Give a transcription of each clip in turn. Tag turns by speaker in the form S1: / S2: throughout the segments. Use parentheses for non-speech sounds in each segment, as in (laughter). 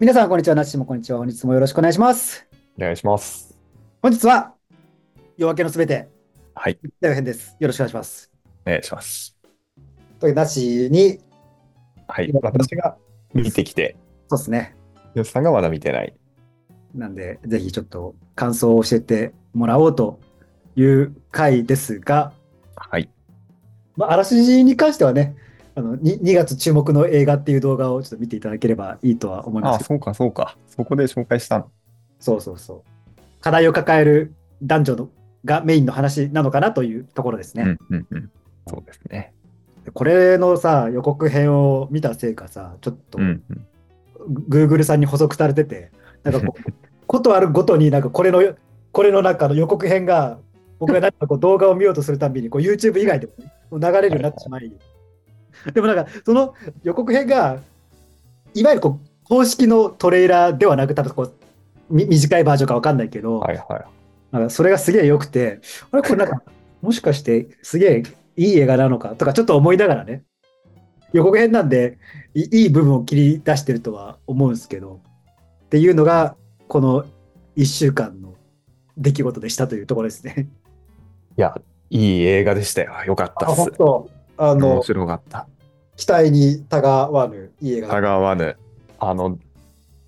S1: 皆さん、こんにちは。なっしーもこんにちは。本日もよろしくお願いします。
S2: お願いします。
S1: 本日は、夜明けのすべて、
S2: はい。
S1: 大変です。よろしくお願いします。
S2: お願いします。
S1: というなっしーに、
S2: はい
S1: いや。
S2: 私が見てきて、
S1: そうですね。
S2: 吉さんがまだ見てない。
S1: なんで、ぜひちょっと感想を教えてもらおうという回ですが、
S2: はい。
S1: まあ、あらすじに関してはね、あの 2, 月注目の映画っていう動画をちょっと見ていただければいいとは思い
S2: あ
S1: ま
S2: あ、
S1: すけど
S2: そうか、そうか。そこで紹介したの。
S1: そうそうそう。課題を抱える男女のがメインの話なのかなというところですね。
S2: うんうんうん。そうですね。
S1: これのさ、予告編を見たせいかさ、ちょっと
S2: うんうん。
S1: グ Google さんに補足されてて、なんかこことあるごとに、なんかこれの、これのなんかの予告編が、僕がなんかこう動画を見ようとするたびに、こう YouTube 以外でもね流れるようになってしまい、でもなんか、その予告編が、いわゆるこう公式のトレーラーではなく、多分こう、み短いバージョンかわかんないけど、
S2: はいは
S1: なんかそれがすげえ良くて、あれこれなんか、もしかしてすげえいい映画なのかとかちょっと思いながらね、予告編なんでいいい部分を切り出してるとは思うんですけど、っていうのが、この1週間の出来事でしたというところですね。
S2: い。いや、いい映画でしたよ。よかったっす。
S1: 当あ
S2: 面、白かった。
S1: 期待にたがわぬいい映
S2: たがわぬ。あの、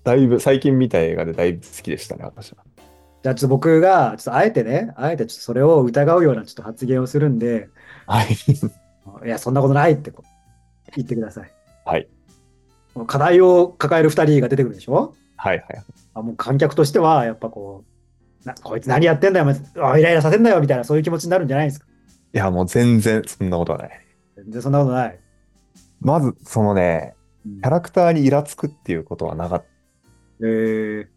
S2: だいぶ、最近見た映画でだいぶ好きでしたね、私は。
S1: じゃあちょっと僕が、ちょっとあえてね、あえてちょっとそれを疑うようなちょっと発言をするんで、
S2: はい。
S1: いや、そんなことないってこう言ってください。
S2: はい。
S1: 課題を抱える2人が出てくるでしょ
S2: はいはい。
S1: あもう観客としては、やっぱこう、なこいつ何やってんだよ、お前あイライラさせんなよみたいな、そういう気持ちになるんじゃないですか。
S2: いや、もう全然そんなことはない。
S1: 全然そんなことない。
S2: まず、そのね、
S1: うん
S2: キャラクターにイラつくっていうことはなかった。
S1: えー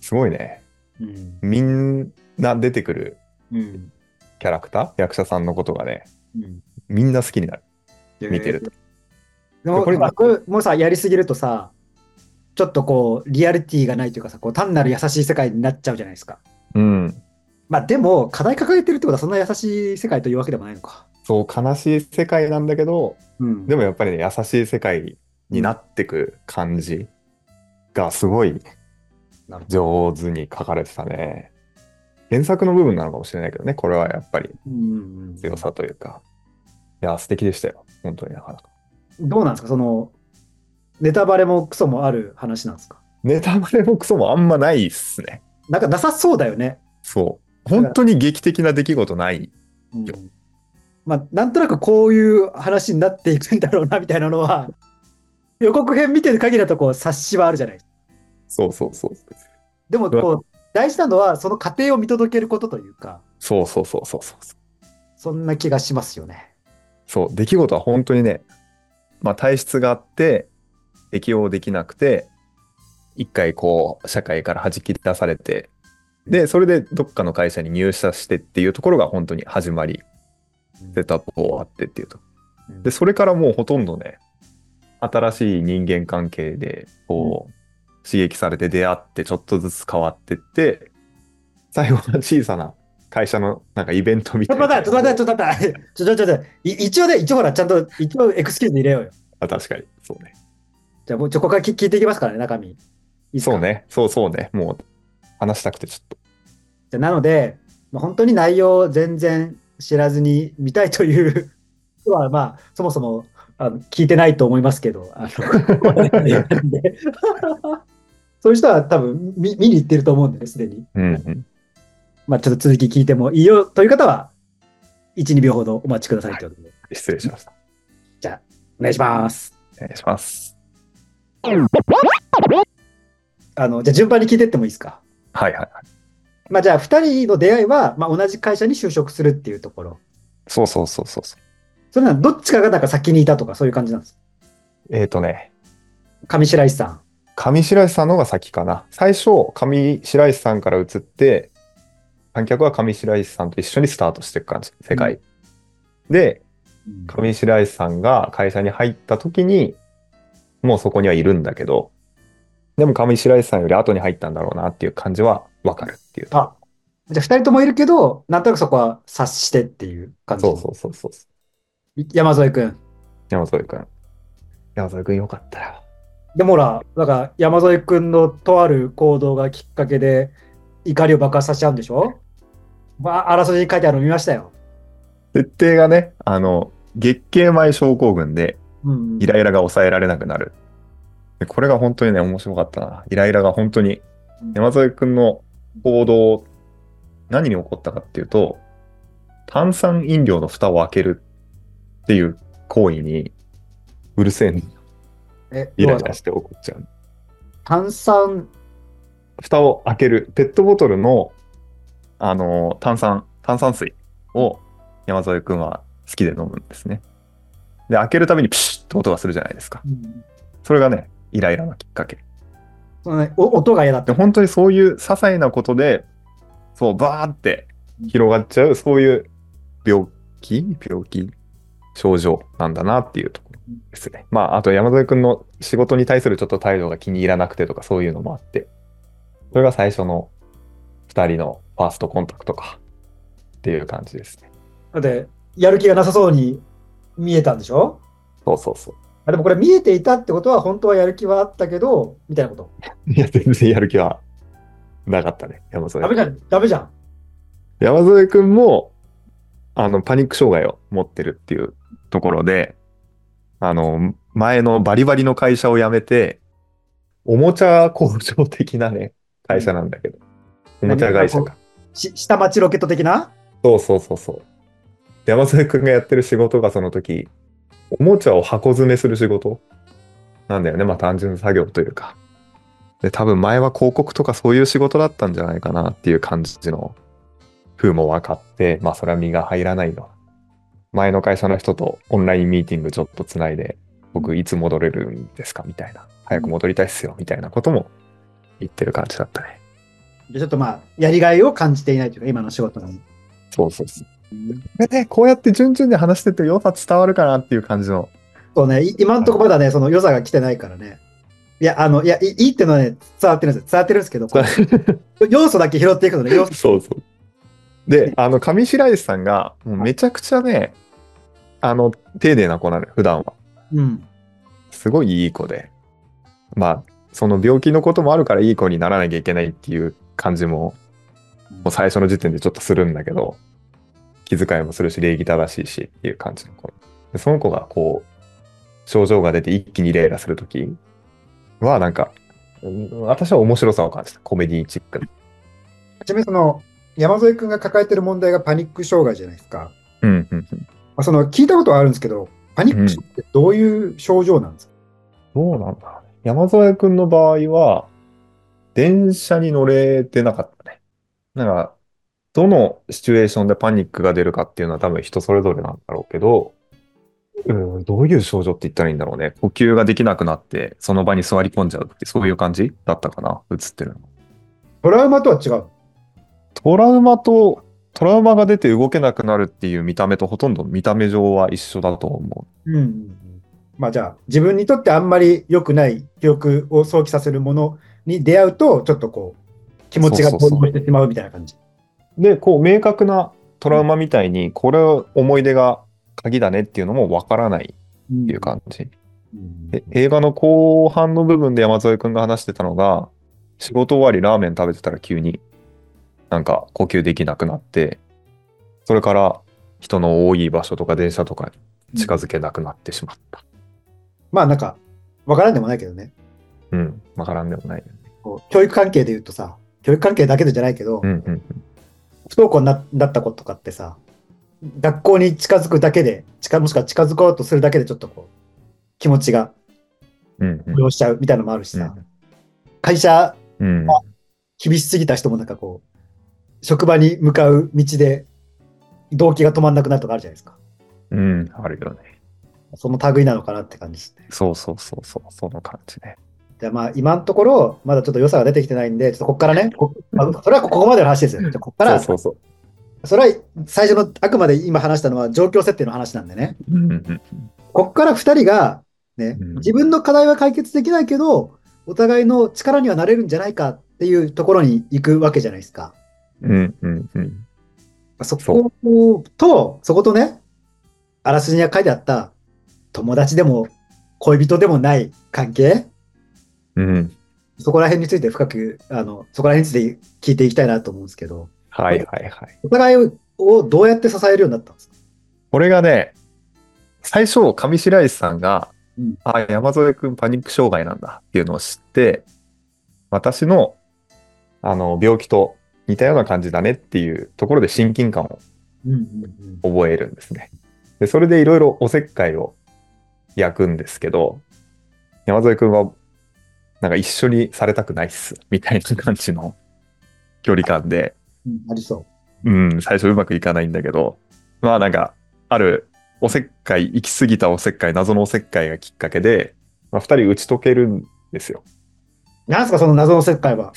S2: すごいね。
S1: うん
S2: みんな出てくる
S1: うん
S2: キャラクター、役者さんのことがね、
S1: うん
S2: みんな好きになる。見てると。
S1: でも
S2: これ
S1: 僕もさ、やりすぎるとさ、ちょっとこう、リアリティがないというかさ、こう単なる優しい世界になっちゃうじゃないですか。
S2: うん。
S1: まあでも、課題抱えてるってことは、そんな優しい世界というわけでもないのか。
S2: そう、悲しい世界なんだけど、
S1: うん
S2: でもやっぱりね、優しい世界になってく感じがすごい
S1: なるほど
S2: 上手に書かれてたね。原作の部分なのかもしれないけどね、これはやっぱり
S1: うんうんうん
S2: 強さというか。いや、素敵でしたよ。本当になかなか。
S1: どうなんですかその、ネタバレもクソもある話なんですか
S2: ネタバレもクソもあんまないっすね。
S1: なんかなさそうだよね。
S2: そう。本当に劇的な出来事ない。
S1: うん
S2: よ
S1: まあ、なんとなくこういう話になっていくんだろうな、みたいなのは、 (laughs) 予告編見てる限りだとこう察しはあるじゃない
S2: そうそうそう。
S1: でも
S2: う
S1: こう、大事なのはその過程を見届けることというか、
S2: そうそうそうそうそう。
S1: そんな気がしますよね。
S2: そう、出来事は本当にね、まあ、体質があって、適応できなくて、一回こう、社会から弾き出されて、で、それでどっかの会社に入社してっていうところが本当に始まり、セットアップ終わってっていうと。
S1: うん
S2: で、それからもうほとんどね、新しい人間関係で、こう、刺激されて出会って、ちょっとずつ変わってって、最後の小さな会社のなんかイベントみ
S1: ち
S2: た
S1: ょ
S2: い
S1: っと (laughs)
S2: な。
S1: 待って、ちょっと待って、ちょっと待って、ちょっと待って、い一応ね、一応ほら、ちゃんと、一応エクスキューズ入れようよ。
S2: あ確かに。そうね。
S1: じゃあ、もうちょここから聞聞いていきますからね、中身。いいっすか
S2: そう。ね、そうそうね、もう話したくてちょっと。
S1: じゃなので、まあ、本当に内容を全然知らずに見たいという人は、まあ、そもそもあの聞いてないと思いますけど、あの (laughs) そういう人は多分見見に行ってると思うんで、すでに。
S2: うんうん、
S1: まあ、ちょっと続き聞いてもいいよという方は、1、2秒ほどお待ちくださいということで、
S2: 失礼しました。
S1: お願いします。
S2: お願いします。
S1: あのじゃあ、順番に聞いてってもいいですか。
S2: はいはいはい。
S1: まあ、じゃあ、2人の出会いは、まあ、同じ会社に就職するっていうところ。
S2: そうそうそうそうそう。
S1: それならどっちかがなんか先にいたとか、そういう感じなんです。
S2: えっ、ー、とね、
S1: 上白石さん。
S2: 上白石さんの方が先かな。最初、上白石さんから移って、観客は上白石さんと一緒にスタートしていく感じ、世界。で、上白石さんが会社に入った時に、もうそこにはいるんだけど、でも上白石さんより後に入ったんだろうなっていう感じはわかるっていう。
S1: あ、じゃあ2人ともいるけど、なんとなくそこは察してっていう感じ。
S2: そうそうそうそう。
S1: い山添君。
S2: 山添くん。山添くんよかったよ。
S1: でもほら、なんか山添君のとある行動がきっかけで怒りを爆発させちゃうんでしょまあ、争いに書いてあるの見ましたよ。
S2: 設定がね、あの、月経前症候群で
S1: うん、うん
S2: イ。ライラが抑えられなくなる。でこれが本当にね、面白かったな。イライラが本当に、山添くんの行動、何に起こったかっていうと、炭酸飲料の蓋を開けるっていう行為に、うるせえな
S1: え、
S2: イ
S1: 要
S2: ラ
S1: は
S2: イラして怒っちゃう。
S1: 炭酸、
S2: 蓋を開ける、ペットボトルの、あの、炭酸、炭酸水を山添くんは好きで飲むんですね。で、開けるたびにプシュッと音がするじゃないですか。
S1: うん
S2: それがね、イライラのきっかけ。
S1: そのねお音が嫌だっ
S2: で
S1: た。
S2: 本当にそういう些細なことでそうバーって広がっちゃうそういう病気病気症状なんだなっていうところですね。まああと山添君の仕事に対するちょっと態度が気に入らなくてとかそういうのもあってそれが最初の2人のファーストコンタクトかっていう感じですね。
S1: だって、やる気がなさそうに見えたんでしょ
S2: そうそうそう。
S1: あでもこれ見えていたってことは、本当はやる気はあったけど、みたいなこと。
S2: いや全然やる気はなかったね山添
S1: ダメじゃん、ダメじゃん。
S2: 山添君もあのパニック障害を持ってるっていうところであの前のバリバリの会社を辞めておもちゃ工場的なね会社なんだけど、
S1: うん
S2: おもちゃ会社か
S1: し下町ロケット的な
S2: そうそうそうそう山添君がやってる仕事がその時おもちゃを箱詰めする仕事なんだよねまあ単純作業というかで多分前は広告とかそういう仕事だったんじゃないかなっていう感じの風も分かってまあそれは身が入らないよ前の会社の人とオンラインミーティングちょっとつないで僕いつ戻れるんですかみたいな早く戻りたいっすよみたいなことも言ってる感じだったね
S1: でちょっとまあ、やりがいを感じていないというか、今の仕事に。
S2: そうそうそうこれね、こうやって順々に話してって良さ伝わるかなっていう感じの。
S1: そうね、い今のところまだね、その良さが来てないからね。いや、あの、いや、いいいってのはね、伝わってるんですよ。伝わってるんですけど、こう (laughs) 要素だけ拾っていくのね、要素。
S2: そうそう。で、あの、上白石さんが、もうめちゃくちゃね、あの、丁寧な子なのよ、普段は。
S1: うん。
S2: すごいいい子で。まあ、その病気のこともあるからいい子にならなきゃいけないっていう感じも、もう最初の時点でちょっとするんだけど、気遣いもするし、礼儀正しいしっていう感じの子。でその子がこう、症状が出て一気にイライラするときは、なんか、うん私は面白さを感じた。コメディチックな。
S1: ちなみにその、山添君が抱えてる問題がパニック障害じゃないですか。
S2: うんうんうん。
S1: まあ、その、聞いたことはあるんですけど、パニック障害ってどういう症状なんですか、
S2: どうなんだろうね。山添くんの場合は、電車に乗れてなかったね。なんか、どのシチュエーションでパニックが出るかっていうのは多分人それぞれなんだろうけど、うん、どういう症状って言ったらいいんだろうね。呼吸ができなくなって、その場に座り込んじゃうって、そういう感じだったかな、映ってるの。
S1: トラウマとは違う。
S2: トラウマと、トラウマが出て動けなくなるっていう見た目とほとんど見た目上は一緒だと思
S1: うんうんうん。まあじゃあ、自分にとってあんまり良くない記憶を想起させるものに出会うと、ちょっとこう、気持ちが
S2: そうそうそう
S1: 動いてしまうみたいな感じ。
S2: う。で、こう、明確なトラウマみたいに、これは思い出が鍵だねっていうのもわからな
S1: っ
S2: いっていう。感じ。
S1: うん
S2: で映画の後半の部分で山添くんが話してたのが、仕事終わりラーメン食べてたら急になんか呼吸できなくなって、それから人の多い場所とか電車とかに近づけなくなってしまった。
S1: まあなんか、わからんでもないけどね。
S2: うん、わからんでもない。
S1: こう教育関係で言うとさ、教育関係だけでじゃないけど、
S2: うんうん。
S1: 不登校にななった子とかってさ、学校に近づくだけで、近もしくは近づこうとするだけでちょっとこう、気持ちが
S2: うんうん
S1: 動揺しちゃうみたいなのもあるしさ、
S2: う
S1: 会社
S2: うん、
S1: 厳しすぎた人もなんかこう、職場に向かう道で動機が止まんなくなるとかあるじゃないですか。
S2: うん、あるよね。
S1: その類なのかなって感じですね。
S2: そうそうそうそう、その感じね。
S1: でまあ今のところ、まだちょっと良さが出てきてないんで、ちょっとここからね、こまあそれはここまでの話ですよ。じゃあここから、
S2: そうそうそ
S1: それは最初の、あくまで今話したのは状況設定の話なんでね、
S2: う。うんうん
S1: ここから2人が、ね
S2: うん、
S1: 自分の課題は解決できないけど、お互いの力にはなれるんじゃないかっていうところに行くわけじゃないですか。
S2: うんうんうん。
S1: そこと、そことね、あらすじに書いてあった、友達でも恋人でもない関係、
S2: うん。
S1: そこら辺について深く、あの、そこら辺について聞いていきたいなと思うんですけど、
S2: はいはいはい。
S1: お互いをどうやって支えるようになったんですか
S2: これがね、最初、上白石さんが、
S1: うん
S2: あ、山添くんパニック障害なんだっていうのを知って、私の、あの、病気と似たような感じだねっていうところで親近感を
S1: うんうん
S2: 覚えるんですね。で、それでいろいろおせっかいを焼くんですけど、山添くんは、なんか一緒にされたくないっす、みたいな感じの距離感で、
S1: うん。うん、ありそう。
S2: うん、最初うまくいかないんだけど、まあなんか、あるおせっかい、行き過ぎたおせっかい、謎のおせっかいがきっかけで、まあ、二人打ち解けるんですよ。
S1: なんすか、その謎の世界は。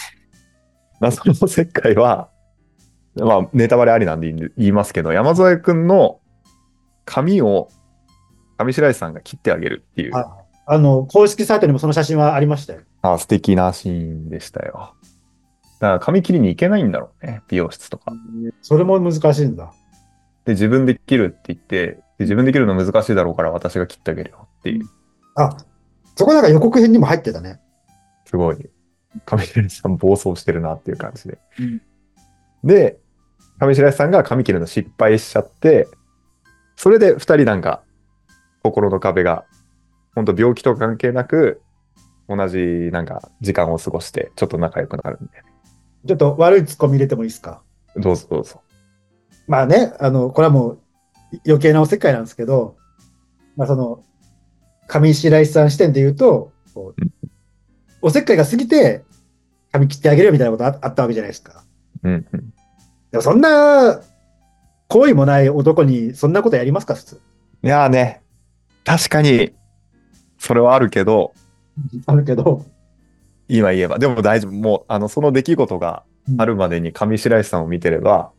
S2: 謎のおせっかいは、まあネタバレありなんで言い言いますけど、山添くんの髪を上白石さんが切ってあげるっていう、
S1: はいあの、公式サイトにもその写真はありましたよ。
S2: あ素敵なシーンでしたよ。だから髪切りに行けないんだろうね、美容室とか。
S1: それも難しいんだ。
S2: で、自分で切るって言って、で自分で切るの難しいだろうから私が切ってあげるよっていう。
S1: あ、そこなんか予告編にも入ってたね。
S2: すごい、上白石さん暴走してるなっていう感じで。
S1: うん
S2: で、上白石さんが髪切るの失敗しちゃって、それで2人なんか、心の壁が、本当病気と関係なく、同じなんか時間を過ごして、ちょっと仲良くなるんで、
S1: ちょっと悪いツッコミ入れてもいいですか。
S2: どうぞどうぞ。
S1: まあね、あの、これはもうい余計なおせっかいなんですけど、まあその、上白石さん視点で言うと、こう
S2: うん
S1: おせっかいが過ぎて、髪切ってあげるよみたいなことああったわけじゃないですか。
S2: うんうん。
S1: でもそんな、好意もない男にそんなことやりますか、普通。
S2: いやーね、確かに、それはあるけど、
S1: あるけど、
S2: 今言えば、でも大丈夫。もう、あの、その出来事があるまでに上白石さんを見てれば、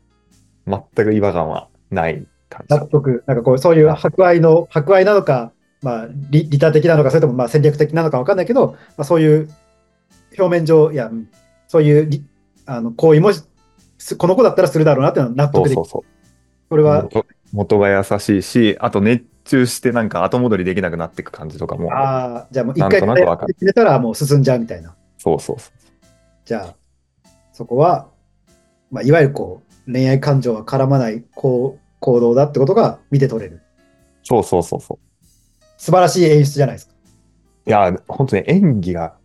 S2: 全く違和感はない感じ
S1: 納。得、なんかこう、そういう博愛の、博愛なのか、まあ、利利他的なのか、それともまあ戦略的なのか分かんないけど、まあ、そういう表面上、いや、うんそういうりあの行為もすこの子だったらするだろうなっていうのは納
S2: そ
S1: 得
S2: う
S1: でき
S2: そ
S1: る。
S2: うそう。
S1: これは、
S2: 元元が優しいし、あと熱中してなんか後戻りできなくなっていく感じとかも、
S1: ああ、じゃあもう一
S2: な
S1: 回
S2: んとなく分かる
S1: 決めたらもう進んじゃうみたいな。
S2: そうそうそ
S1: じゃあ、そこは、まあ、いわゆるこう、恋愛感情は絡まないこう行動だってことが見て取れる。
S2: う。そうそうそうそ
S1: 素晴らしい演出じゃないですか。
S2: う。いや、本当に演技が、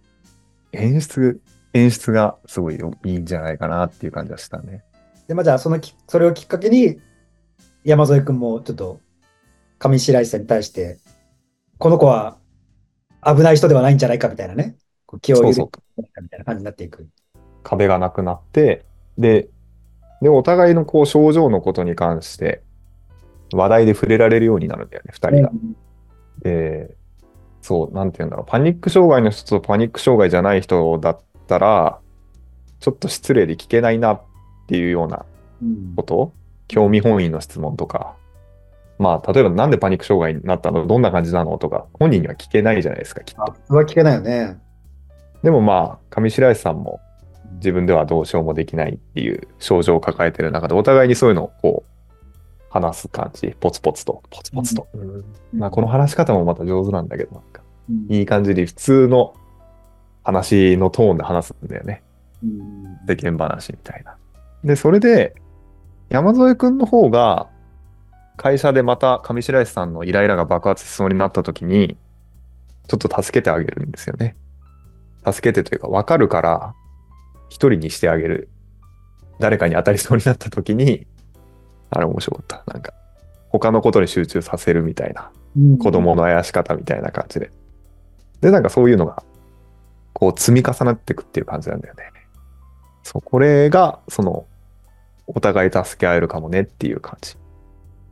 S2: 演出、演出がすごいよいいんじゃないかなっていう感じはしたね。
S1: で、まあ、じゃあそのき、それをきっかけに、山添君もちょっと、上白石さんに対して、この子は危ない人ではないんじゃないかみたいなね、こう気を
S2: そ
S1: 許
S2: う
S1: し
S2: そ
S1: た
S2: う。
S1: みたいな感じになっていく。
S2: 壁がなくなって、で、で、お互いのこう症状のことに関して、話題で触れられるようになるんだよね、二人が。で、そう、なんて言うんだろう、パニック障害の人とパニック障害じゃない人だったら、ちょっと失礼で聞けないなっていうような
S1: うん
S2: こと、興味本位の質問とか、まあ、例えばなんでパニック障害になったのどんな感じなのとか、本人には聞けないじゃないですか、きっ
S1: あ
S2: と。
S1: それは聞けないよね。
S2: でもまあ、上白石さんも自分ではどうしようもできないっていう症状を抱えてる中で、お互いにそういうのをこう、話す感じ、ポツポツと、ポツポツと。まあ、この話し方もまた上手なんだけど、なんか。
S1: うん、
S2: いい感じに普通の話のトーンで話すんだよね。
S1: うん
S2: 世間話みたいな。で、それで、山添くんの方が、会社でまた上白石さんのイライラが爆発しそうになった時に、ちょっと助けてあげるんですよね。助けてというか、わかるから、一人にしてあげる。誰かに当たりそうになった時に、あれ面白かった。なんか、他のことに集中させるみたいな。子供のあやし方みたいな感じで。で、なんかそういうのが、こう積み重なっていくっていう感じなんだよね。そう、これが、その、お互い助け合えるかもねっていう感じ。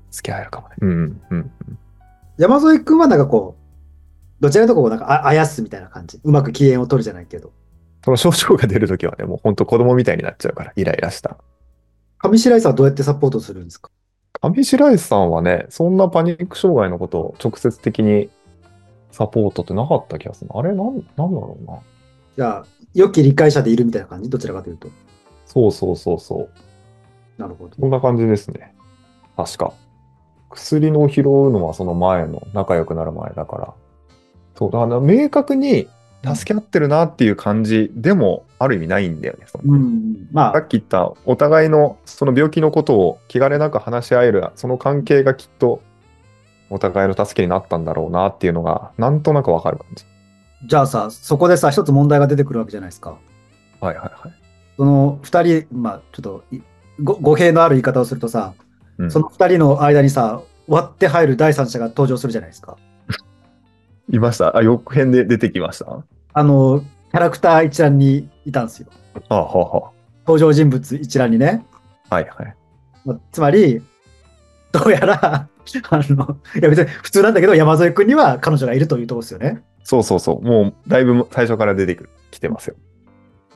S2: 付き合えるかもね。うん、うん、
S1: 山添君はなんかこう、どちらかというとこうなんかああやすみたいな感じ。うまく機嫌を取るじゃないけど。
S2: その症状が出るときはね、もうほんと子供みたいになっちゃうから、イライラした。
S1: 上白石さんはどうやってサポートするんですか
S2: 上白石さんはね、そんなパニック障害のことを直接的にサポートってなかった気がするな。あれ、なん、なんだろうな。
S1: じゃあ、良き理解者でいるみたいな感じどちらかというと。
S2: そうそうそうそう。
S1: なるほど。
S2: そんな感じですね。確か。薬の拾うのはその前の、仲良くなる前だから。そう、だから明確に、助け合ってるなっていう感じでもある意味ないんだよね。その
S1: うん、ま
S2: さ
S1: あ、
S2: っき言ったお互いのその病気のことを気兼ねなく話し合えるその関係がきっとお互いの助けになったんだろうなっていうのがなんとなくわかる感じ。
S1: じゃあさ、そこでさ、一つ問題が出てくるわけじゃないですか。
S2: はいはいはい。
S1: その2人、まあ、ちょっといご語弊のある言い方をするとさ、
S2: うん
S1: その2人の間にさ、割って入る第三者が登場するじゃないですか。
S2: いました。あ、予告編で出てきました。あ
S1: あの、キャラクター一覧にいたんですよ。
S2: はは。
S1: 登場人物一覧にね。
S2: はいはい。
S1: まあつまり、どうやら、 (laughs) あの、いや別に普通なんだけど、山添君には彼女がいるというところですよね。
S2: そうそうそう。もうだいぶ最初から出てくる。来てますよ。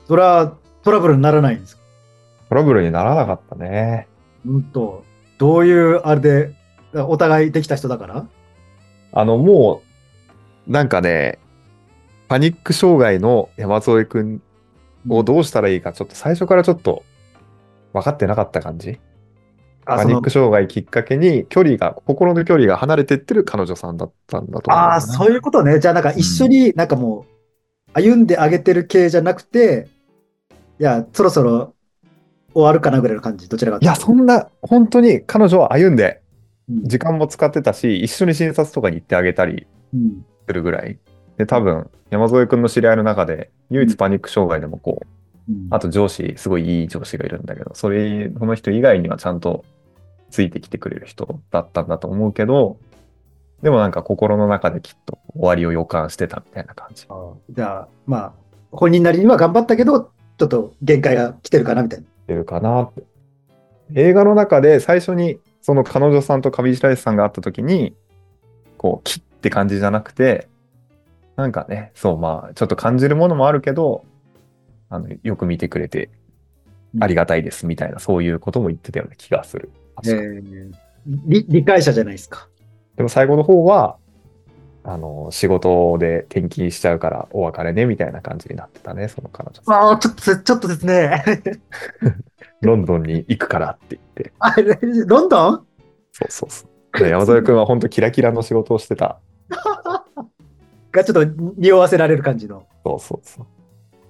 S1: それはトラブルにならないんですか
S2: トラブルにならなかったね。
S1: うんと、どういうあれで、お互いできた人だから
S2: あの、もう、なんかね、パニック障害の山添くんをどうしたらいいか、ちょっと最初からちょっと分かってなかった感じ。
S1: あ
S2: パ
S1: そ
S2: ニ
S1: の
S2: ック障害きっかけに、距離が、心の距離が離れてってる彼女さんだったんだと思うな。
S1: ああ、そういうことね。じゃあ、なんか一緒になんかもう、歩んであげてる系じゃなくて、いや、そろそろ終わるかなぐらいの感じ、どちらかと
S2: いや、そんな、本当に彼女は歩んで、
S1: うん
S2: 時間も使ってたし、一緒に診察とかに行ってあげたり
S1: うん
S2: するぐらい。で、多分、山添くんの知り合いの中で、唯一パニック障害でもこう、
S1: うん
S2: あと上司、すごいいい上司がいるんだけど、それ、この人以外にはちゃんとついてきてくれる人だったんだと思うけど、でもなんか心の中できっと終わりを予感してたみたいな感じ。
S1: じゃあ、まあ、本人なりには頑張ったけど、ちょっと限界が来てるかなみたいな。
S2: ってるかなって。映画の中で最初にその彼女さんと上白石さんが会った時に、こう、キッって感じじゃなくて、なんかね、そう、まあ、ちょっと感じるものもあるけど、あの、よく見てくれてありがたいですみたいな、そういうことも言ってたような気がする。確かに
S1: 理理解者じゃないですか。
S2: でも最後の方は、あの、仕事で転勤しちゃうからお別れね、みたいな感じになってたね、その彼女さん。
S1: ああ、ちょっと、ちょっとですね。
S2: ロンドンに行くからって言って。
S1: あれ (laughs) ロンドン
S2: そうそう (laughs) そう。で山添君は本当キラキラの仕事をしてた。
S1: がちょっと匂わせられる感じの。
S2: そうそうそう。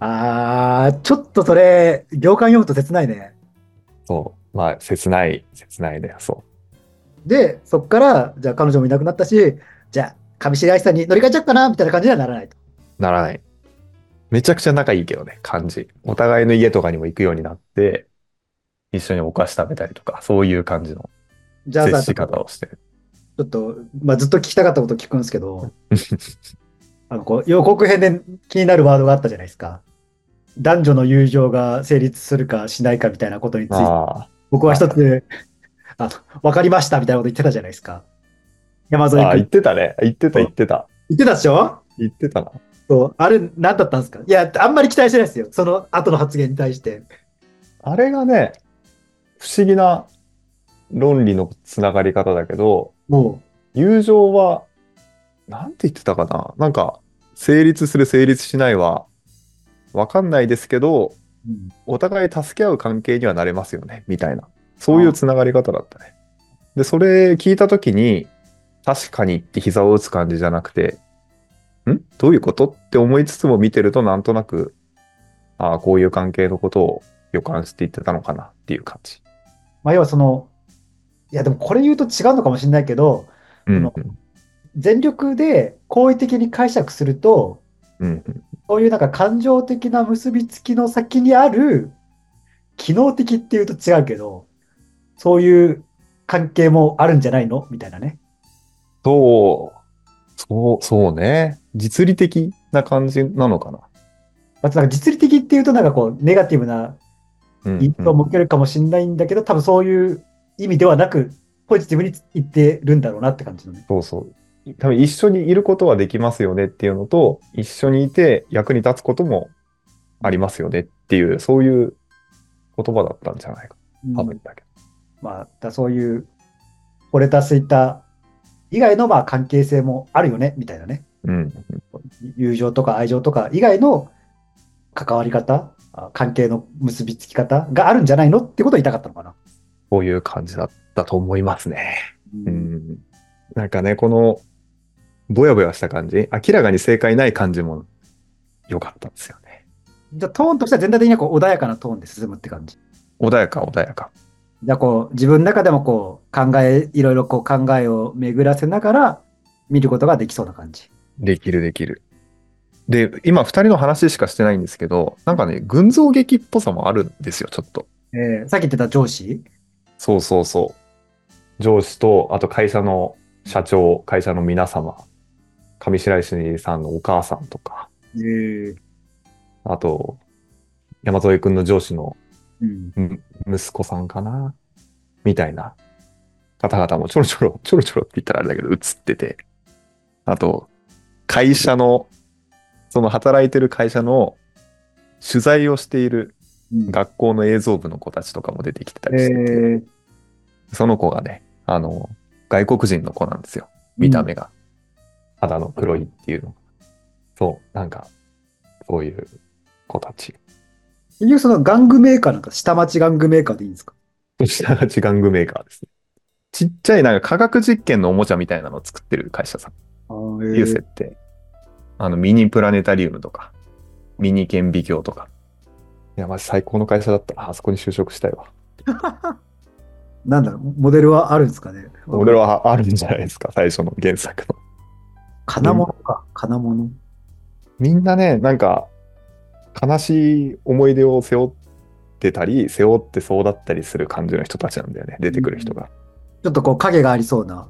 S1: ああ、ちょっとそれ、行間読むと切ないね。
S2: そう。まあ、切ない、切ないね。そ
S1: で、そこから、じゃあ彼女もいなくなったし、じゃあ上白石さんに乗り換えちゃおうかなみたいな感じにはならないと。
S2: う。ならない。めちゃくちゃ仲いいけどね、感じ。お互いの家とかにも行くようになって、一緒にお菓子食べたりとか、そういう感じの
S1: じゃあ
S2: 接
S1: さ、
S2: し
S1: ちょっと、
S2: 方をしてる。
S1: ちょっとまあ、ずっと聞きたかったこと聞くんですけど、あのこう予告編で気になるワードがあったじゃないですか。男女の友情が成立するかしないかみたいなことについて、
S2: ああ、
S1: 僕は一つ、あの、わかりましたみたいなこと言ってたじゃないですか。山添
S2: ああ
S1: 君
S2: 言っ。てたね。言ってた、言ってた。
S1: 言ってたでしょ
S2: 言ってたな。
S1: そう。あれ、何だったんですかいや、あんまり期待してないですよ。その後の発言に対して。
S2: あれがね、不思議な論理のつながり方だけど、
S1: も
S2: 友情は、なんて言ってたかななんか、成立する成立しないは、わかんないですけど、
S1: う、うん
S2: お互い助け合う関係にはなれますよね、みたいな。そういうつながり方だったね。で、それ聞いたときに、確かにって膝を打つ感じじゃなくて、んどういうことって思いつつも見てると、なんとなく、ああ、こういう関係のことを予感していってたのかなっていう感じ。
S1: まあ、要はその、いや、でもこれ言うと違うのかもしれないけど、
S2: うんうん、
S1: 全力で好意的に解釈すると、
S2: うんうん。
S1: そういうなんか感情的な結びつきの先にある、機能的っていうと違うけど、そういう関係もあるんじゃないのみたいなね。
S2: そう、そう、そうね。実利的な感じなのかな。
S1: まあ、なんか実利的っていうとなんかこう、ネガティブな
S2: うんうん
S1: 印象を向けるかもしれないんだけど、多分そういう意味ではなく、ポジティブに言ってるんだろうなって感じのね。
S2: そうそう。多分一緒にいることはできますよねっていうのと、一緒にいて役に立つこともありますよねっていう、そういう言葉だったんじゃないか。多分だけど。
S1: まあ、だそういう、惚れたすいた以外のまあ関係性もあるよね、みたいなね。
S2: うん。
S1: 友情とか愛情とか以外の関わり方、あ関係の結びつき方があるんじゃないのってことを言いたかったのかな。
S2: そういう感じだったと思いますね。うん。なんかね、この、ぼやぼやした感じ、明らかに正解ない感じも良かったんですよね。
S1: じゃあトーンとしては全体的にはこう穏やかなトーンで進むって感じ。
S2: 穏やか、穏やか。
S1: じゃあこう自分の中でもこう考え、いろいろこう考えを巡らせながら見ることができそうな感じ。
S2: できる、できる。で、今、二人の話しかしてないんですけど、なんかね、群像劇っぽさもあるんですよ、ちょっと。
S1: えーさっき言ってた上司
S2: そうそうそう。上司と、あと会社の社長、会社の皆様、上白石さんのお母さんとか、
S1: えー
S2: あと、山添君の上司の
S1: うん、
S2: む息子さんかなみたいな方々もちょろちょろ、ちょろちょろって言ったらあれだけど、映ってて。あと、会社の、その働いてる会社の取材をしている
S1: うん
S2: 学校の映像部の子たちとかも出てきてた
S1: え
S2: りしてて、
S1: ー
S2: その子がね、あの、外国人の子なんですよ。見た目が。肌の黒いっていうのが。そう、なんか、そういう子たち。
S1: 結局その玩具メーカーなんか下町玩具メーカーでいいんですか
S2: 下が違う具メーカーですね。ちっちゃいなんか科学実験のおもちゃみたいなのを作ってる会社さん
S1: あ
S2: っていう設定。あの、ミニプラネタリウムとか、ミニ顕微鏡とか。いや、まじ最高の会社だった。あそこに就職したいわ。
S1: なんだろう、モデルはあるんですかね
S2: 俺はあるんじゃないですか、最初の原作の。
S1: 金物か、金物。
S2: みんなね、なんか、悲しい思い出を背負ってたり、背負ってそうだったりする感じの人たちなんだよね、出てくる人が。
S1: ちょっとこう影がありそうな。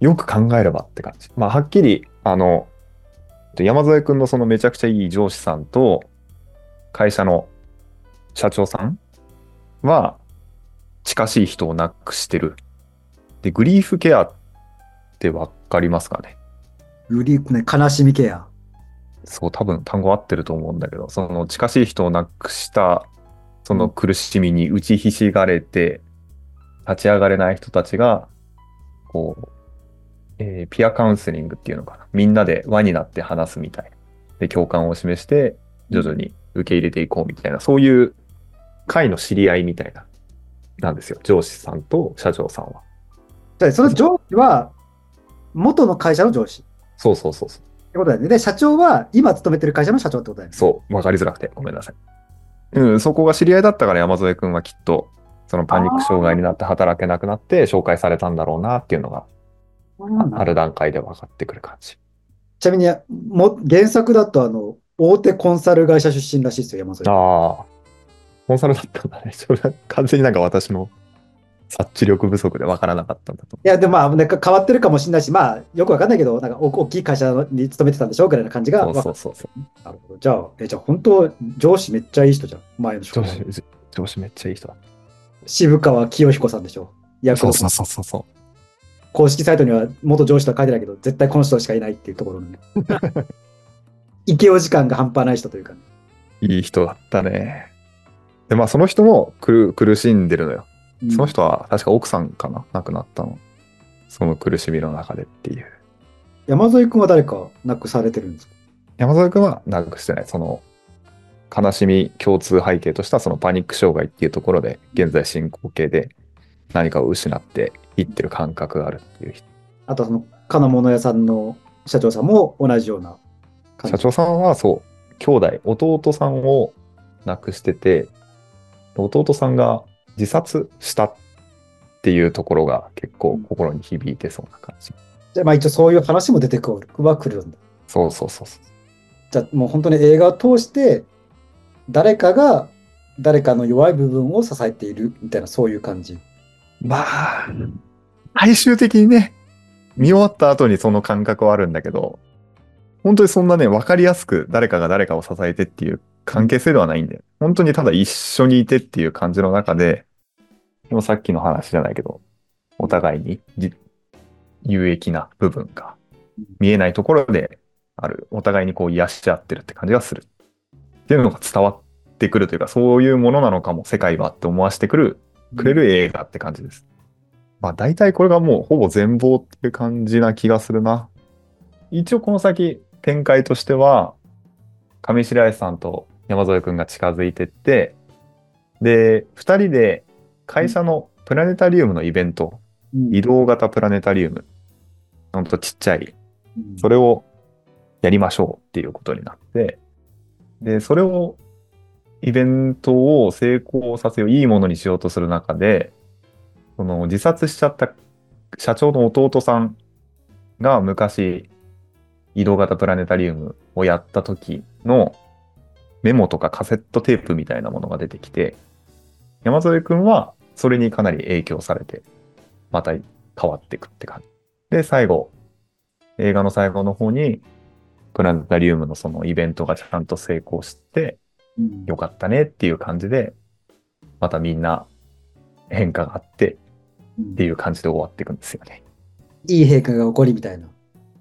S2: よく考えればって感じ。まあ、はっきり、あの、山添君のそのめちゃくちゃいい上司さんと、会社の社長さんは、近しい人を亡くしてる。で、グリーフケアってわかりますかね
S1: グリープね、悲しみケア。
S2: そう、多分単語合ってると思うんだけど、その近しい人を亡くした、その苦しみに打ちひしがれて、立ち上がれない人たちが、こう、えーピアカウンセリングっていうのかな。みんなで輪になって話すみたいな。で、共感を示して、徐々に受け入れていこうみたいな、そういう会の知り合いみたいな、なんですよ。上司さんと社長さんは。
S1: でその上司は、元の会社の上司っ
S2: そうそうそうそう。
S1: てことだよね。で、社長は今勤めてる会社の社長ってことだよね。
S2: そう、わかりづらくて、ごめんなさい。うん、そこが知り合いだったから山添君はきっと、そのパニック障害になって働けなくなって紹介されたんだろうなっていうのが、ある段階で分かってくる感じ。
S1: ちなみにも、原作だとあの、大手コンサル会社出身らしいですよ、山添。
S2: ああ、コンサルだったんだね。 (laughs) それは完全になんか私の察知力不足で分からなかったんだと思
S1: いや、でもまあ、なんか変わってるかもしれないし、まあ、よくわかんないけど、なんかお大きい会社に勤めてたんでしょうぐらいな感じが
S2: う。そ
S1: わ
S2: う
S1: か
S2: そう
S1: る。
S2: そうそう。
S1: なるほど。じゃあ、えじゃあ本当、上司めっちゃいい人じゃん。前の
S2: 上
S1: 職場
S2: 司、上司めっちゃいい人だ。
S1: 渋川清彦さんでしょ。役
S2: そう
S1: の
S2: そうそうそうそう。
S1: 公式サイトには元上司とは書いてないけど、絶対この人しかいないっていうところの
S2: (laughs)
S1: ね。池尾時間が半端ない人というか、
S2: いい人だったね。で、まあその人も苦苦しんでるのよ。
S1: うん
S2: その人は確か奥さんかな亡くなったの。その苦しみの中でっていう。
S1: 山添君は誰か亡くされてるんですか
S2: 山添君は亡くしてない。その悲しみ共通背景としたそのパニック障害っていうところで現在進行形で何かを失っていってる感覚があるっていう人。
S1: あとはその金物屋さんの社長さんも同じような感じ
S2: 社長さんはそう、兄弟、弟さんを亡くしてて、弟さんが自殺したっていうところが結構心に響いてそうな感じ。
S1: じゃあまあ一応そういう話も出てくるはくるんだ
S2: そうそうそうそう。
S1: じゃあもう本当に映画を通して誰かが誰かの弱い部分を支えているみたいなそういう感じ
S2: まあ、最終的にね、見終わった後にその感覚はあるんだけど、本当にそんなね、わかりやすく誰かが誰かを支えてっていう関係性ではないんだよ。本当にただ一緒にいてっていう感じの中で、でもさっきの話じゃないけど、お互いにじ有益な部分が見えないところである。お互いにこう癒し合ってるって感じがする。っていうのが伝わってくるというか、そういうものなのかも、世界はって思わせてくるくれる映画って感じです。まあ大体これがもうほぼ全貌っていう感じな気がするな。一応この先展開としては、上白石さんと山添くんが近づいてって、で、2人で会社のプラネタリウムのイベント、
S1: うん
S2: 移動型プラネタリウム、ほんとちっちゃい、
S1: うん
S2: それをやりましょうっていうことになって、で、それを、イベントを成功させよう、いいものにしようとする中で、その自殺しちゃった社長の弟さんが昔、移動型プラネタリウムをやった時のメモとかカセットテープみたいなものが出てきて、山添くんはそれにかなり影響されて、また変わっていくって感じ。で、最後、映画の最後の方に、プラネタリウムのそのイベントがちゃんと成功し
S1: う
S2: て、
S1: ん
S2: よかったねっていう感じで、またみんな変化があってっていう感じで終わっていくんですよね。
S1: いい変化が起こりみたいな。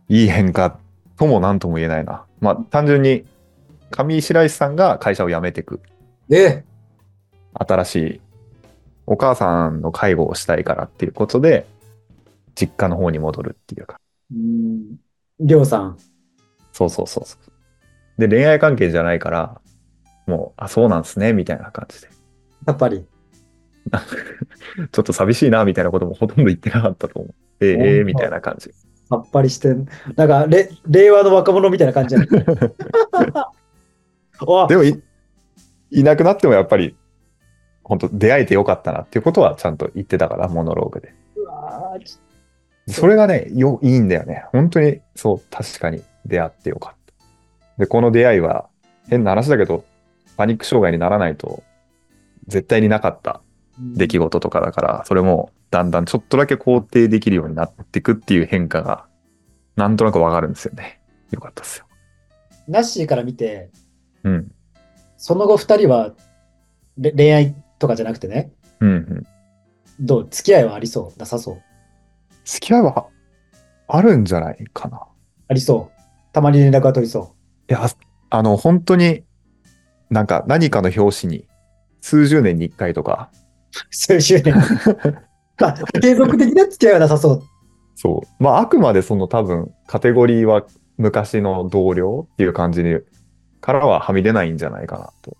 S2: いい変化とも何とも言えないな。まあ単純に上白石さんが会社を辞めていく。
S1: え
S2: 新しいお母さんの介護をしたいからっていうことで、実家の方に戻るっていうか。
S1: うん。りょうさん。
S2: そうそうそうそう。で、恋愛関係じゃないから、もう、あ、そうなんすね、みたいな感じで。
S1: やっぱり。
S2: ちょっと寂しいな、みたいなこともほとんど言ってなかったと思う。えー
S1: 本当
S2: えーみたいな感じ。
S1: さっぱりしてん。なんか、れ令和の若者みたいな感じ
S2: (laughs)
S1: やねお
S2: でもい、いなくなってもやっぱり、本当出会えてよかったなっていうことはちゃんと言ってたから、モノローグで。
S1: うわーち
S2: それがね、よ、いいんだよね。本当に、そう、確かに出会ってよかった。で、この出会いは、変な話だけど、パニック障害にならないと、絶対になかった出来事とかだから、それも、だんだんちょっとだけ肯定できるようになっていくっていう変化が、なんとなくわかるんですよね。よかったですよ。
S1: ナッシーから見て、
S2: うん。
S1: その後2人はれ恋愛とかじゃなくてね、
S2: うん、うん。
S1: どう付き合いはありそうなさそう
S2: 付き合いは、あるんじゃないかな。
S1: ありそうたまに連絡は取りそ
S2: いや、あの、本当に、なんか何かの表紙に、数十年に一回とか、
S1: う数周年
S2: (laughs)
S1: まあ継続的な付き合いはなさそう
S2: そう。まあ、あくまでその多分、カテゴリーは昔の同僚っていう感じにからははみ出ないんじゃないかなと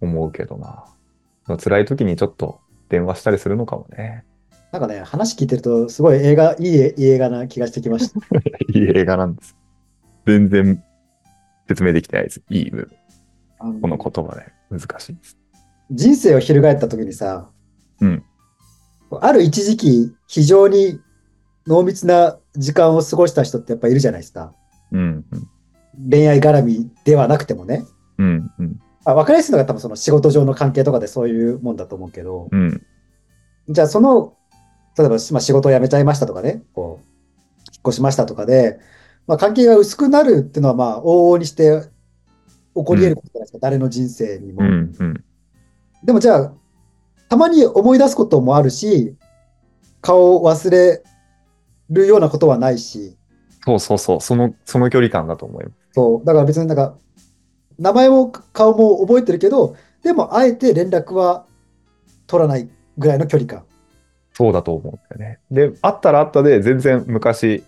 S2: 思うけどな。辛い時にちょっと電話したりするのかもね。
S1: なんかね話聞いてるとすごい映画いいいい映画な気がしてきました
S2: (laughs) いい映画なんです。全然説明できてないです。いい部分。
S1: あの
S2: この言葉で難しいです。
S1: 人生を翻った時にさ、
S2: うん
S1: ある一時期非常に濃密な時間を過ごした人ってやっぱいるじゃないですか
S2: うん、うん、
S1: 恋愛絡みではなくてもね
S2: うん、うん、
S1: あ分かりやすいのが多分その仕事上の関係とかでそういうもんだと思うけど、
S2: うん、
S1: じゃあその、例えば、まあ、仕事を辞めちゃいましたとかね、こう、引っ越しましたとかで、まあ、関係が薄くなるっていうのは、まあ、往々にして起こり得ることじゃないですか、誰の人生にも。
S2: うん、うん。
S1: でもじゃあ、たまに思い出すこともあるし、顔を忘れるようなことはないし、
S2: そうそうそう。その、その距離感だと思います。
S1: そう、だから別になんか、名前も顔も覚えてるけど、でもあえて連絡は取らないぐらいの距離感。
S2: そうだと思うんだよね。で、あったらあったで、全然昔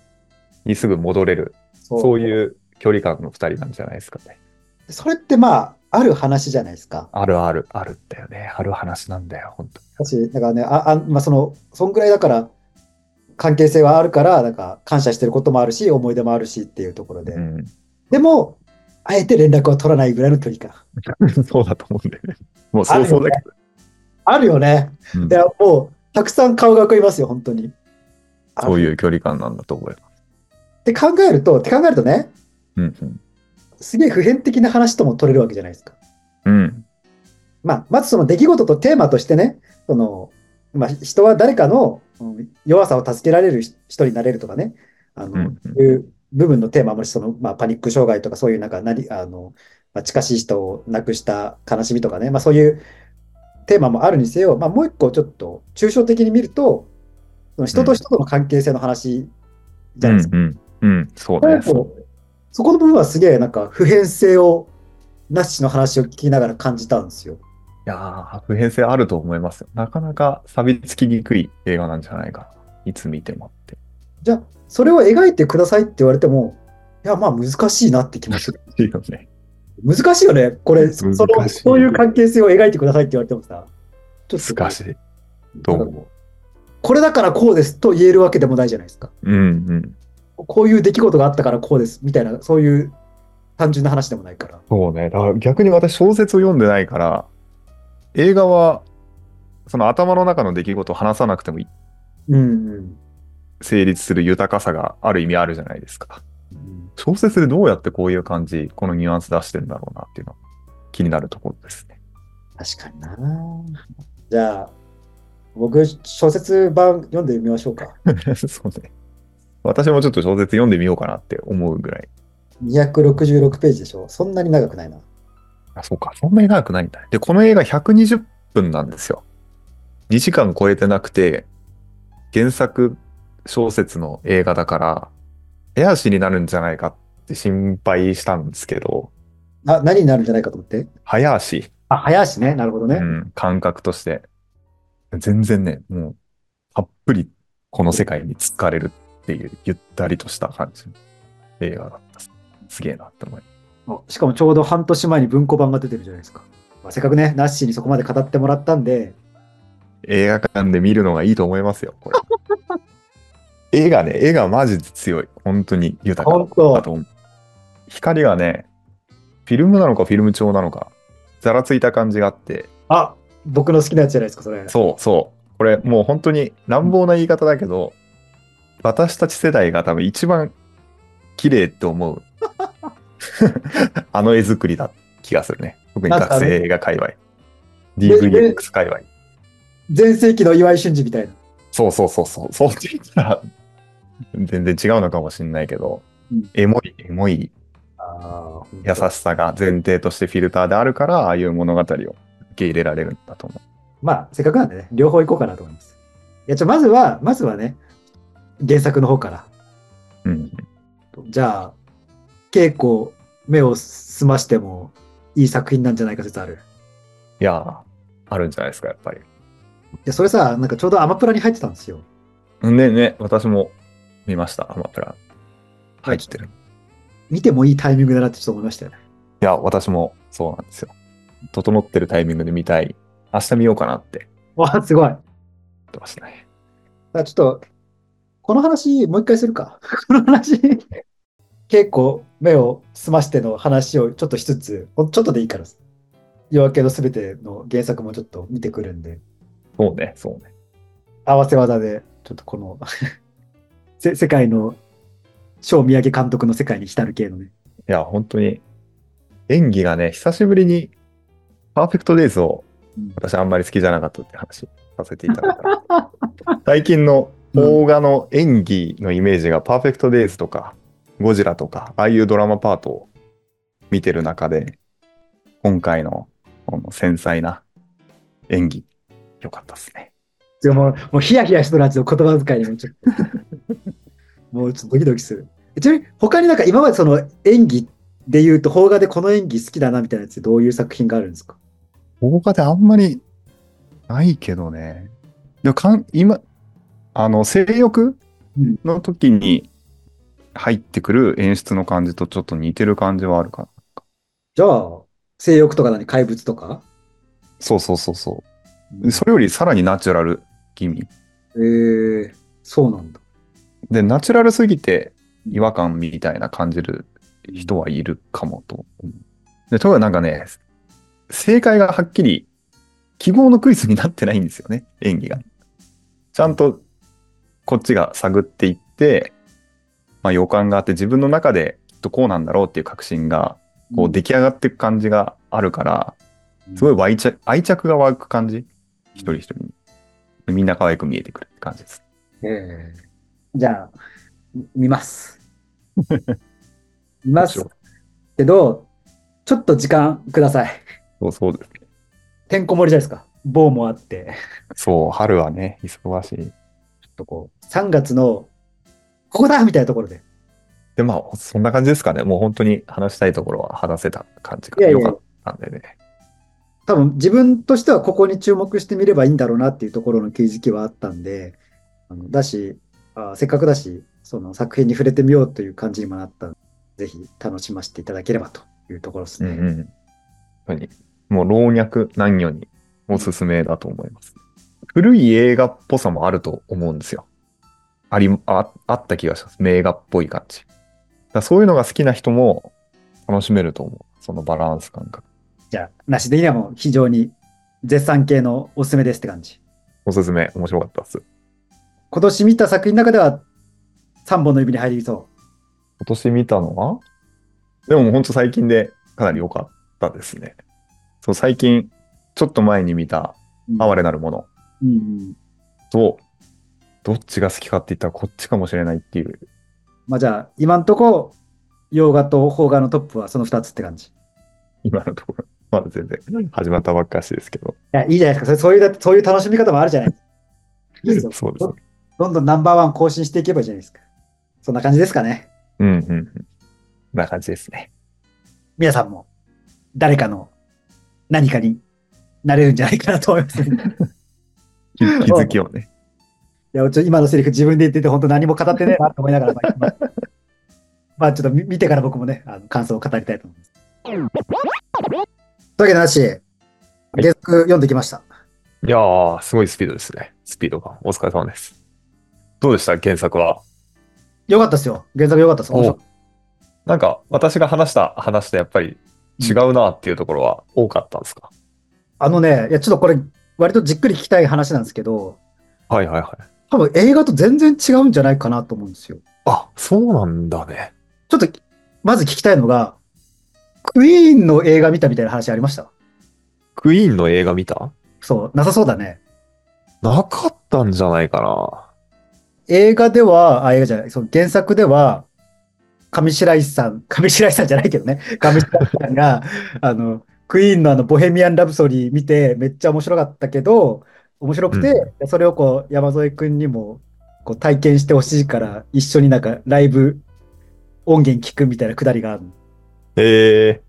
S2: にすぐ戻れる、
S1: そ
S2: そういう距離感の2人なんじゃないですかね。
S1: それってまあ、ある話じゃないですか。
S2: あるある、あるんだよね。ある話なんだよ、本当に。
S1: だし、だからね、ああまあ、その、そんぐらいだから、関係性はあるから、なんか感謝してることもあるし、思い出もあるしっていうところで。でも、あえて連絡を取らないぐらいの距離感。
S2: うん、 (laughs) そうだと思うんだよね。もうそうそうだけど。
S1: あるよね。
S2: うん
S1: いや、もう、たくさん顔が浮かびますよ、本当に。あ
S2: そういう距離感なんだと思います。
S1: って考えると、って考えるとね、
S2: うん、うん。
S1: すげえ普遍的な話とも取れるわけじゃないですか。
S2: うん、
S1: まあ、まずその出来事とテーマとしてね、そのまあ、人は誰かのうん弱さを助けられる人人になれるとかね、あの
S2: うんうん
S1: いう部分のテーマもあるしその、まあ、パニック障害とか、そういうなんか何あの、まあ、近しい人を亡くした悲しみとかね、まあ、そういうテーマもあるにせよ、まあ、もう一個ちょっと抽象的に見ると、その人と人との関係性の話じゃな
S2: う
S1: い
S2: ん
S1: ですか。、
S2: うん。うん、そう
S1: なん
S2: ね。
S1: かこうそこの部分はすげえなんか普遍性を、なしの話を聞きながら感じたんですよ。
S2: いやー普遍性あると思いますよ。なかなか錆びつきにくい映画なんじゃないかな。いつ見てもって。
S1: じゃあ、それを描いてくださいって言われても、いや、まあ難しいなって気もする。
S2: いいよね。
S1: 難しいよね、これ、その
S2: 難しい
S1: そういう関係性を描いてくださいって言われてもさ、ちょっと
S2: 難しいと
S1: なんか
S2: 思
S1: これだからこうですと言えるわけでもないじゃないですか。
S2: う。うん、うん。
S1: こういう出来事があったからこうですみたいな、そういう単純な話でもないから。
S2: そうね。だから逆に私、小説を読んでないから、映画は、その頭の中の出来事を話さなくても
S1: うん、うん
S2: 成立する豊かさがある意味あるじゃないですか。
S1: うん。
S2: 小説でどうやってこういう感じ、このニュアンス出してんだろうなっていうのは気になるところですね。 (laughs)
S1: 確かにな。じゃあ、僕、小説版読んでみましょうか。
S2: そうね。私もちょっと小説読んでみようかなって思うぐらい。
S1: 266ページでしょ。そんなに長くないな。
S2: あ、そうか。そんなに長くないんだ。で、この映画120分なんですよ。2時間超えてなくて、原作小説の映画だから、手足になるんじゃないかって心配したんですけど、
S1: あ、何になるんじゃないかと思って。
S2: 早足、
S1: あ、早足ね。なるほどね。
S2: うん、感覚として。全然ね、もう、たっぷりこの世界に疲れるっていう、ゆったりとした感じの映画だった。すげえなって思い
S1: おしかもちょうど半年前に文庫版が出てるじゃないですか。まあ、せっかくね、ナッシーにそこまで語ってもらったんで、
S2: 映画館で見るのがいいと思いますよ、こ
S1: (laughs)
S2: れ。絵がね、絵がマジで強い。本当に豊か
S1: 本当
S2: だと思う。光がね、フィルムなのかフィルム調なのか、ざらついた感じがあって、
S1: あ僕の好きなやつじゃないですか、それ。
S2: そうそう、これもう本当に乱暴な言い方だけど、私たち世代が多分一番綺麗って
S1: (laughs)
S2: 思う、あの絵作りだ気がするね。特に学生映画界隈、DVX 界隈。
S1: 全盛期の岩井俊二みたいな。
S2: そうそうそうそう。そうって言ったら、全然違うのかもしれないけど、
S1: うん
S2: エモい、エモい
S1: あ
S2: 優しさが前提としてフィルターであるから、ああいう物語を受け入れられるんだと思
S1: まあ、せっかくなんでね、両方行こうかなと思います。いや、じゃまずは、まずはね、原作の方から。
S2: う。うん。
S1: じゃあ、稽古、目を澄ましてもいい作品なんじゃないか説ある。
S2: いやー、あるんじゃないですか、やっぱり。
S1: で、それさ、なんかちょうどアマプラに入ってたんですよ。
S2: ねね、私も見ました、アマプラ。入ってる。
S1: 見てもいいタイミングだなってちょっと思いましたよね。
S2: いや、私もそうなんですよ。整ってるタイミングで見たい。明日見ようかなって
S1: わあ、すごい。
S2: 言ってましたね。
S1: あちょっと、この話、もう一回するか。 (laughs) この話、結構目を澄ましての話をちょっとしつつ、ほんちょっとでいいから、夜明けのすべての原作もちょっと見てくるんで、
S2: そうね、そうね。
S1: 合わせ技で、ちょっとこの (laughs) せ、世界の、小宮城監督の世界に浸る系のね。
S2: いや、本当に、演技がね、久しぶりに、パーフェクトデイズを
S1: うん
S2: 私あんまり好きじゃなかったって話させていただいた。最近の邦画の演技のイメージが、パーフェクトデイズとか、ゴジラとか、ああいうドラマパートを見てる中で、今回のこの繊細な演技、良かったですね。
S1: でも、もうヒヤヒヤしとるやつの言葉遣いにもちょっと、 (laughs) もうちょっとドキドキする。ちなみに、他になんか今までその演技で言うと、邦画でこの演技好きだなみたいなやつ、どういう作品があるんですか
S2: 邦画であんまりないけどね。でもかん今、あの、性欲
S1: うん
S2: の時に入ってくる演出の感じとちょっと似てる感じはあるかな。
S1: じゃあ、性欲とか何怪物とか
S2: そうそうそうそう。それよりさらにナチュラル気味。
S1: えー、そうなんだ。
S2: で、ナチュラルすぎて違和感みたいな感じる人はいるかもと思う。で、ところがなんかね、正解がはっきり記号のクイズになってないんですよね、演技が。ちゃんとこっちが探っていって、まあ予感があって自分の中できっとこうなんだろうっていう確信がこう出来上がっていく感じがあるから、すごい
S1: い。
S2: 愛着愛着が湧く感じ一人一人に。みんな可愛く見えてくるって感じです。
S1: えー、じゃあ、み見 (laughs) ます。見ますけど、ちょっと時間ください。
S2: そうそうです。
S1: てんこ盛りじゃないですか。棒もあって。
S2: そう、春はね、忙し
S1: ち
S2: い。
S1: ょっとこう、3月の、ここだみたいなところで。
S2: で、まあ、そんな感じですかね。もう本当に話したいところは話せた感じ
S1: い
S2: が
S1: やいや
S2: 良かったんでね。
S1: 多分自分としてはここに注目してみればいいんだろうなっていうところの気づきはあったんで、あのだしあ、せっかくだし、その作品に触れてみようという感じにもなったので、ぜひ楽しませていただければというところです
S2: う
S1: ね。
S2: んうん。本当に。もう老若男女におすすめだと思います。古い映画っぽさもあると思うんですよ。あり、ああった気がします。名画っぽい感じ。だからそういうのが好きな人も、楽しめると思う。そのバランス感覚。
S1: じゃあ、なしでにはもう非常に絶賛系のおすすめですって感じ。
S2: おすすめ、面白かったです。
S1: 今年見た作品の中では3本の指に入りそ
S2: 今年見たのはでも本当最近でかなり良かったですね。そう、最近、ちょっと前に見た
S1: う。うん
S2: 哀れなるもの
S1: うんうん。
S2: と、どっちが好きかって言ったらこっちかもしれないっていう。
S1: まあじゃあ、今んとこ、洋画と邦画のトップはその2つって感じ。い
S2: 今のところ、まだ全然始まったばっかしですけど、
S1: や、いいじゃないですか。それそういうだって、そういう楽しみ方もあるじゃないですか。いい
S2: (laughs)
S1: ですよ
S2: そうですね。
S1: どんどんナンバーワン更新していけばいいじゃないですか。そんな感じですかね。
S2: うんうんうん。こんな感じですね。
S1: 皆さんも誰かの何かになれるんじゃないかなと思います。い
S2: 気気づきをね。
S1: や、ちょ今のセリフ自分で言ってて、本当何も語ってねえなと思いながら、まあまあ、まあちょっと見見てから僕もね、あの感想を語りたいと思います。というわけでなし、
S2: い
S1: 原作読んできました。
S2: いやー、すごいスピードですね。スピードが。お疲れ様です。どうでした原作は。
S1: よかったですよ。原作よかったです。面白かっ
S2: なんか、私が話した話とやっぱり違うなっていうところは多かったんですか、
S1: たあのね、いや、ちょっとこれ、割とじっくり聞きたい話なんですけど、
S2: はいはいはい。
S1: 多分映画と全然違うんじゃないかなと思うんですよ。
S2: あ、そうなんだね。
S1: ちょっと、まず聞きたいのが、クイーンの映画見たみたいな話ありました
S2: クイーンの映画見た
S1: そう、なさそうだね。
S2: なかったんじゃないかな。
S1: 映画では、あ、映画じゃない、そう原作では、上白石さん、上白石さんじゃないけどね、上白石さんが、あの、クイーンのあの、ボヘミアン・ラブソリー見て、めっちゃ面白かったけど、面白くて、それをこう、山添くんにも、こう、体験してほしいから、一緒になんか、ライブ音源聞くみたいなくだりがあるの
S2: へえ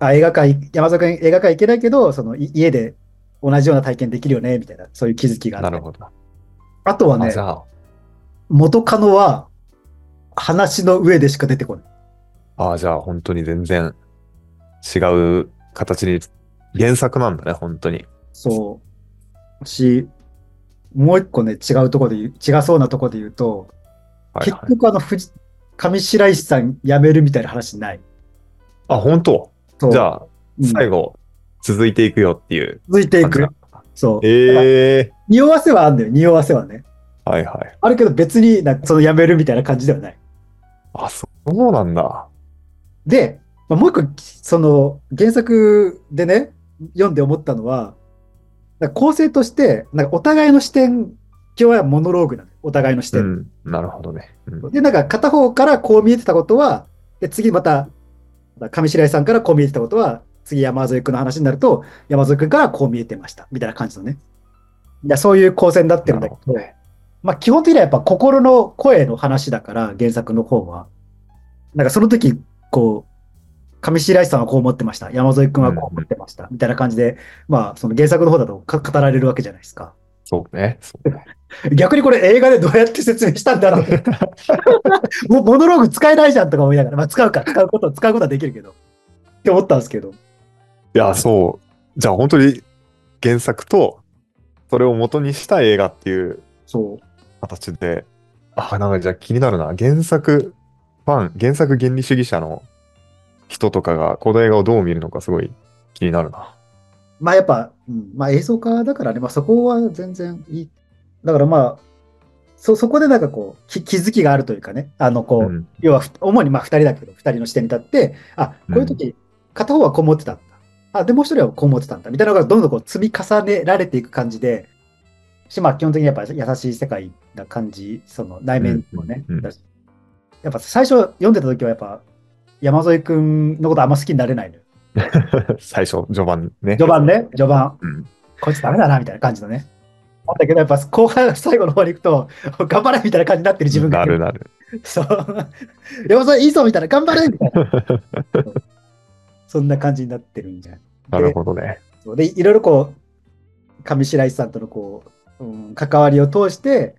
S1: あ映画館、山添君映画館行けないけど、そのい家で同じような体験できるよね、みたいな、そういう気づきがあ
S2: ー、
S1: って
S2: なるほど。
S1: あとは
S2: あ
S1: ね
S2: じ、ゃあ、
S1: 元カノは話の上でしか出てこない。
S2: ああ、じゃあ本当に全然違う形に、原作なんだね、本当に。
S1: そう。し、もう一個ね、違うところで言う、違そうなところで言うと、
S2: はい
S1: 結
S2: はい。
S1: 局あの、藤上白石さん辞めるみたいな話ない。
S2: あ、本当
S1: そう
S2: じゃあ、
S1: うん
S2: 最後、続いていくよっていう
S1: 続いてい
S2: 感じ
S1: く
S2: だ。。
S1: そう。
S2: ええ
S1: 匂わせはあんだよ、匂わせはね。
S2: はいはい。
S1: あるけど別になんかその辞めるみたいな感じではない。
S2: あ、そうなんだ。
S1: で、まあ、もう一個、その原作でね、読んで思ったのは、なんか構成として、なんかお互いの視点、今日はモノローグなの、お互いの視
S2: う
S1: 点。
S2: ん、なるほどね。うん
S1: で、なんか片方からこう見えてたことは、で次また、上白石さんからこう見えてたことは、次山添君の話になると、山添君からこう見えてました、みたいな感じのね。いや、そういう構成になってるんだけど、
S2: なる
S1: まあ基本的にはやっぱ心の声の話だから、原作の方は。なんかその時、こう、上白石さんはこう思ってました、山添君はこう思ってました、みたいな感じで、まあその原作の方だとか語られるわけじゃないですか。
S2: そうね。そうね。
S1: 逆にこれ映画でどうやって説明したんだろうって。もうモノローグ使えないじゃんとか思いながら、まあ、使うか、使うこと、使うことはできるけど。って思ったんですけど。
S2: いや、そう。じゃあ本当に原作と、それを元にした映画っていう
S1: そう。
S2: 形で、あ、なんかじゃあ気になるな。原作ファン、原作原理主義者の人とかが、この映画をどう見るのかすごい気になるな。
S1: まあやっぱ、うん、まあ映像化だからね、まあそこは全然いい。だからまあ、そ、そこでなんかこう、き気づきがあるというかね、あのこう、
S2: うん
S1: 要はふ主にまあ2人だけど、2人の視点に立って、あ、こういう時、片方はこう思ってたんだ。あ、で、もう一人はこう思ってたんだ。みたいなのがどんどんこう積み重ねられていく感じで、し、まあ基本的にやっぱ優しい世界な感じ、その内面もね、
S2: うんうんうん
S1: だしやっぱ最初読んでた時はやっぱ山添くんのことあんま好きになれ
S2: (laughs)
S1: ないのよ。
S2: 最初、序盤ね。
S1: 序盤ね、序盤。
S2: うん
S1: こいつダメだな、みたいな感じの
S2: (laughs)
S1: ね。だったけど、やっぱ後半、最後の方に行くと、頑張れみたいな感じになってる自分がい
S2: な
S1: る。
S2: るなる。
S1: そう。 (laughs) 山添いいぞみたいな、頑張れみたいな。そうそんな感じになってるんじゃない
S2: なるほどね。
S1: そうで、いろいろこう、上白石さんとのこう、うん、関わりを通して、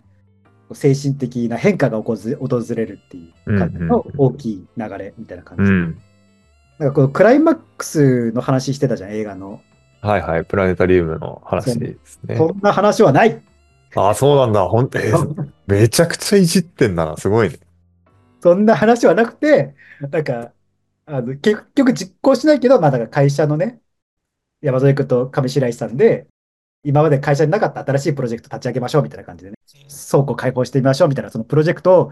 S1: 精神的な変化が起こず訪れるっていう感じの大きい流れみたいな感じ。
S2: うん。
S1: なんかこう、クライマックスの話してたじゃん、映画の。
S2: はいはい。プラネタリウムの話ですね。
S1: そんな話はない
S2: あ、そうなんだ。ほんと、えーめちゃくちゃいじってんだな。すごいね。
S1: そんな話はなくて、なんか、あの結局実行しないけど、まあ、だから会社のね、山添君と上白石さんで、今まで会社になかった新しいプロジェクト立ち上げましょうみたいな感じでね、倉庫開放してみましょうみたいな、そのプロジェクトを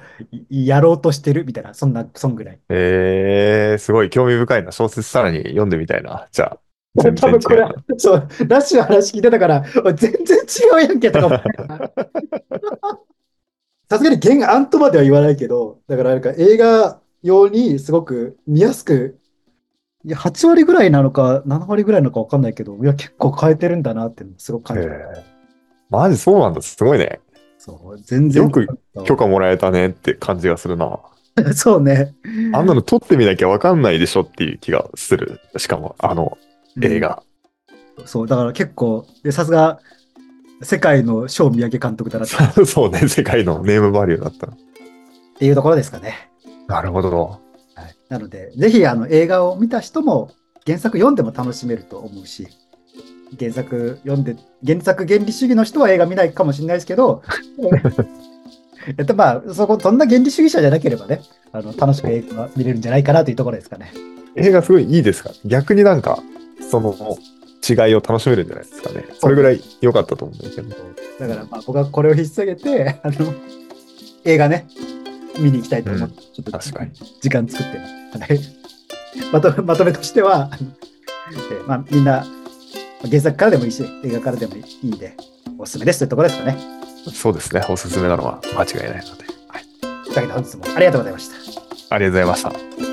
S1: いやろうとしてるみたいな、そんな、そんぐらい。
S2: えー、すごい興味深いな。小説さらに読んでみたいな。じゃあ、
S1: 多
S2: 全然違
S1: 分これ
S2: う。、
S1: そう、ラッシュの話聞いてたから、おい全然違うやんけとか思って
S2: (laughs)
S1: たさすがに原案とまでは言わないけど、だからなんか映画用にすごく見やすく、いや8割ぐらいなのか、7割ぐらいなのかわかんないけど、いや、結構変えてるんだなっていうのすごく感じた。
S2: えーマジそうなんだ。すごいね。
S1: そう、全然。
S2: よく許可もらえたねって感じがするな。
S1: (laughs) そうね。
S2: あんなの撮ってみなきゃわかんないでしょっていう気がする。しかも、あの映画。 (laughs)
S1: そう、だから結構、でさすが、世界の小宮家監督だなって
S2: そうね、世界のネームバリューだった。
S1: っていうところですかね。
S2: なるほど。
S1: はい、なので、ぜひあの映画を見た人も原作読んでも楽しめると思うし、原作読んで、原作原理主義の人は映画見ないかもしれないですけど、えっとまあ、そこ、そんな原理主義者じゃなければね、あの楽しく映画が見れるんじゃないかなというところですかね。
S2: 映画すごいいいですか逆になんか、その違いを楽しめるんじゃないですかね。それぐらい良かったと思うんだけど。
S1: だからまあ僕はこれを引っ提げて、あの映画ね、見に行きたいと思って、ちょっと
S2: 確かに。
S1: 時間作って、はい、まとめまとめとしては、あのえーまあ、みんな原作からでもいいし映画からでもいいんでおすすめですというところですかね。
S2: そうですね。おすすめなのは間違いないの
S1: と
S2: で。
S1: いうわけで本日もありがとうございました。
S2: ありがとうございました。